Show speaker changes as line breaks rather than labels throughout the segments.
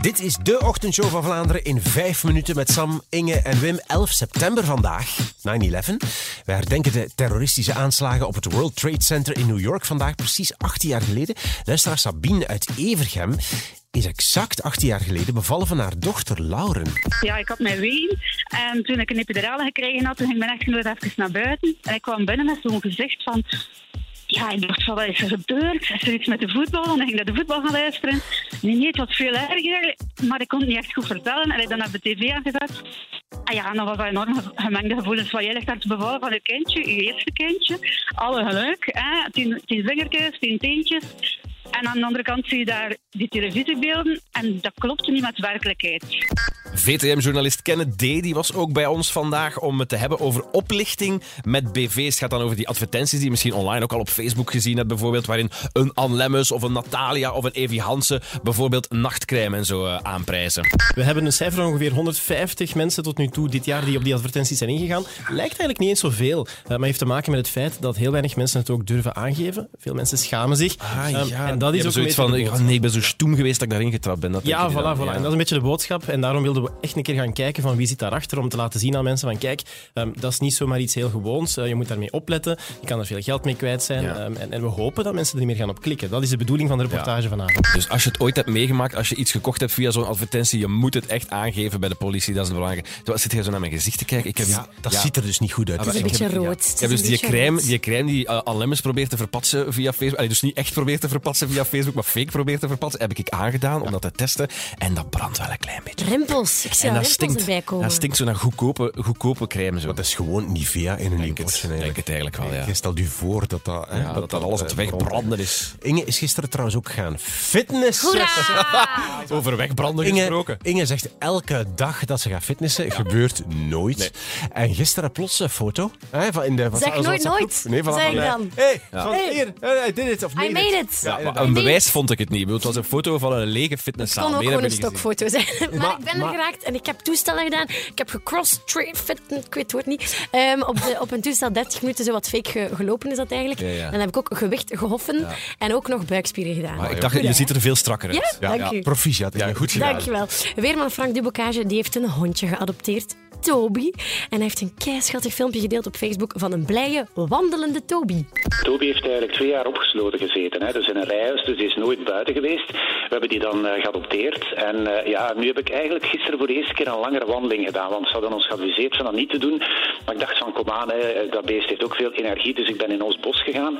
Dit is de ochtendshow van Vlaanderen in vijf minuten met Sam, Inge en Wim. 11 september vandaag, 9-11. Wij herdenken de terroristische aanslagen op het World Trade Center in New York vandaag, precies 18 jaar geleden. Luisteraar Sabine uit Evergem is exact 18 jaar geleden bevallen van haar dochter Lauren.
Ja, ik had mijn ween. En toen ik een epidurale gekregen had, toen ging mijn echtgenoot even naar buiten. En ik kwam binnen met zo'n gezicht van... Ja, ik dacht van, wat is er gebeurd? Is er iets met de voetbal? En dan ging ik naar de voetbal gaan luisteren. Nee, nee, het was veel erger. Maar ik kon het niet echt goed vertellen. En ik dan heb de tv aangezet. En ja, en dan was dat enorm ge- gemengde gevoelens van... Jij ligt aan het bevallen van je kindje, je eerste kindje. Alle geluk, hè. Tien, tien vingertjes, tien teentjes. En aan de andere kant zie je daar die televisiebeelden. En dat klopte niet met de werkelijkheid.
VTM-journalist Kenneth D. die was ook bij ons vandaag om het te hebben over oplichting met BV's. Het gaat dan over die advertenties die je misschien online ook al op Facebook gezien hebt, bijvoorbeeld, waarin een Anne Lemmens of een Natalia of een Evi Hansen bijvoorbeeld nachtcrème en zo eh, aanprijzen.
We hebben een cijfer van ongeveer 150 mensen tot nu toe dit jaar die op die advertenties zijn ingegaan. Lijkt eigenlijk niet eens zoveel, eh, maar heeft te maken met het feit dat heel weinig mensen het ook durven aangeven. Veel mensen schamen zich. Ehm, en dat
Ah, Die
is ook
hebben zoiets
een
van,
beetje de
"Oh,
boodschap.
nee, ik ben zo stoem geweest dat ik daarin getrapt ben. Dat
Ja,
denken die
voilà,
dan,
voilà.
ja.
En dat is een beetje de boodschap. En daarom wilden we echt een keer gaan kijken van wie zit daarachter. Om te laten zien aan mensen van kijk, ehm, dat is niet zomaar iets heel gewoons. Eh, je moet daarmee opletten. Je kan er veel geld mee kwijt zijn.
Ja.
Ehm, en, en we hopen dat mensen er niet meer gaan op klikken. Dat is de bedoeling van de reportage vanavond.
Dus als je het ooit hebt meegemaakt, als je iets gekocht hebt via zo'n advertentie, je moet het echt aangeven bij de politie. Dat is belangrijk. Zo, Zit je zo naar mijn gezicht te kijken? Ik heb,
Ja, dat ziet er dus niet goed uit.
Ah, maar
Het is een
ik heb-
beetje
ja.
rood. Het
Ik
is
heb dus
een
die
beetje
crème,
rood.
die crème die eh, Anne Lemmens probeert te verpatsen via Facebook. Allee, dus niet echt probeert te verpatsen via Facebook, maar fake probeert te verpatsen. Heb ik aangedaan om dat te testen. En dat brandt wel een klein beetje.
Rimpels. Ik zie al
en dat
rimpels erbij
stinkt,
komen.
dat stinkt zo naar goedkope, goedkope crème. Zo.
Dat is gewoon Nivea in een
denk het,
winkeltje
denk
eigenlijk.
het eigenlijk wel, ja.
Je stelt u voor dat dat, hè,
Ja, dat, dat alles aan het
eh,
wegbranden is.
Inge is gisteren trouwens ook gaan fitnessen.
Hoera!
Over wegbranden
Inge,
gesproken.
Inge zegt elke dag dat ze gaat fitnessen. Gebeurt nooit. En gisteren plots een foto. Hè, van in de, van
Zeg
onze
nooit
WhatsApp-groep.
nooit,
Nee, van
zeg
van-
ik dan.
Hey,
Ja.
van
Hey.
hier. eh, I did it. Of
I made it.
Ja,
Het
maar een bewijs vond ik het niet. Ik bedoel, Het was een foto van een lege fitnesszaal.
kon ook
Meer
gewoon
heb
een
ik niet gezien.
stokfoto zijn. Maar,
Maar-
ik ben er
maar-
geraakt en ik heb toestellen gedaan. Ik heb gecross-train fit, ik weet het woord niet. Ehm, op, de, op een toestel 30 minuten, zo wat fake ge- gelopen is dat eigenlijk.
Ja, ja.
En dan heb ik ook gewicht gehoffen en ook nog buikspieren gedaan.
Maar ik dacht, je ziet er veel strakker uit.
Ja, dank u.
Proficiat. Inge.
Ja, goed gedaan.
Dankjewel. Weerman Frank Dubocage die heeft een hondje geadopteerd. Toby. En hij heeft een keischattig filmpje gedeeld op Facebook van een blije, wandelende Toby.
Toby heeft eigenlijk twee jaar opgesloten gezeten. Hè? Dus in een rijhuis, dus die is nooit buiten geweest. We hebben die dan eh, geadopteerd. En eh, ja, nu heb ik eigenlijk gisteren voor de eerste keer een langere wandeling gedaan. Want ze hadden ons geadviseerd van dat niet te doen. Maar ik dacht van, kom aan, hè, eh, dat beest heeft ook veel energie. Dus ik ben in ons bos gegaan.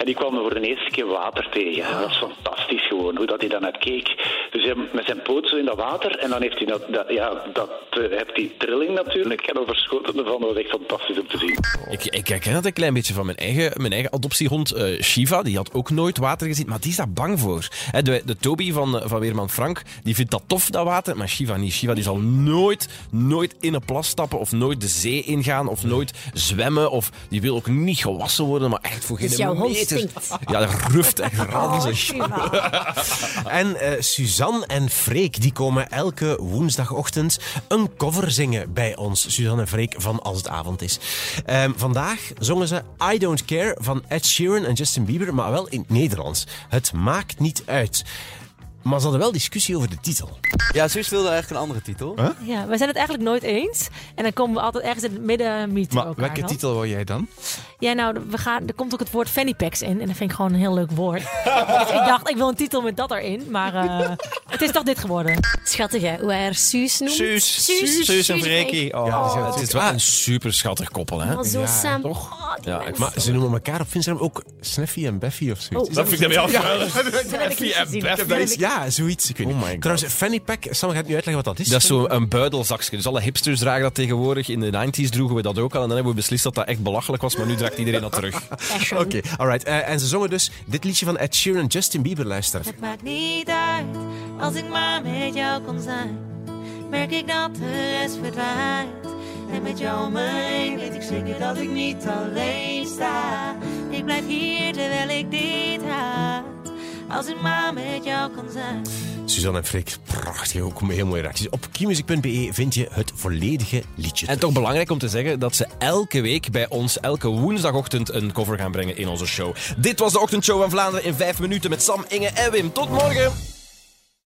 En die kwam me voor de eerste keer water tegen. En dat is fantastisch gewoon, hoe dat hij daarnaar keek. Dus hij met zijn poot zo in dat water. En dan heeft hij dat, dat, ja, dat, eh, heeft die trilling natuurlijk. En overschoten ervan, dat was echt fantastisch om te zien.
Ik, ik herken dat een klein beetje van mijn eigen, mijn eigen adoptiehond eh, Shiva. Die had ook nooit water gezien, maar die is daar bang voor. Hè, de, de Toby van, eh, van Weerman Frank, die vindt dat tof, dat water. Maar Shiva niet. Shiva die zal nooit, nooit in een plas stappen of nooit de zee ingaan of nooit zwemmen. Of die wil ook niet gewassen worden, maar echt voor geen
Dus jouw hond
meter.
stinkt.
Ja, dat ruft echt
Oh,
ranzig.
En eh, Suzanne en Freek die komen elke woensdagochtend een cover zingen bij ons. Suzanne en Freek van Als het avond is. Ehm, vandaag zongen ze I Don't Care van Ed Sheeran en Justin Bieber, maar wel in het Nederlands. Het maakt niet uit. Maar ze hadden wel discussie over de titel.
Ja, Suus wilde eigenlijk een andere titel.
Ja, we Eh, zijn het eigenlijk nooit eens. En dan komen we altijd ergens in het midden meeten
Maar
elkaar
welke
dan.
titel wil jij dan?
Ja, nou, we gaan, er komt ook het woord fanny packs in. En dat vind ik gewoon een heel leuk woord. dus ik dacht, ik wil een titel met dat erin. Maar eh, het is toch dit geworden.
Schattig, hè? Hoe hij haar Suus noemt.
Suus. Suus, en Freekie. Oh.
Het is wel Ah, een super schattig koppel, hè?
Maar zo samen. Oh, die
Ja,
mensen.
Maar ze noemen elkaar op Instagram ook Sneffy en Beffy of zoiets.
Oh. Dat
vind ik dan wel
Dat heb ik niet gezien.
Dat is- ja, zoiets. Ik weet niet.
Oh my God.
Trouwens, fanny pack. Sam gaat nu uitleggen wat dat is.
Dat is zo'n buidelzakje. Dus alle hipsters dragen dat tegenwoordig. In de 90s droegen we dat ook al. En dan hebben we beslist dat dat echt belachelijk was. Maar nu draagt iedereen dat terug.
Fashion.
Oké, alright. Eh, en ze zongen dus dit liedje van Ed Sheeran en Justin Bieber. Luister.
Het maakt niet uit als ik maar met jou kon zijn. Merk ik dat de rest verdwijnt. En met jou om me heen weet ik zeker dat ik niet alleen sta. Ik blijf hier terwijl ik dit haat. Als ik maar met jou kan zijn.
Suzanne en Freek, prachtig. Ook heel mooie reacties. Op keymusic.be vind je het volledige liedje.
En toch belangrijk om te zeggen dat ze elke week bij ons elke woensdagochtend een cover gaan brengen in onze show. Dit was de Ochtendshow van Vlaanderen in 5 minuten met Sam, Inge en Wim. Tot morgen!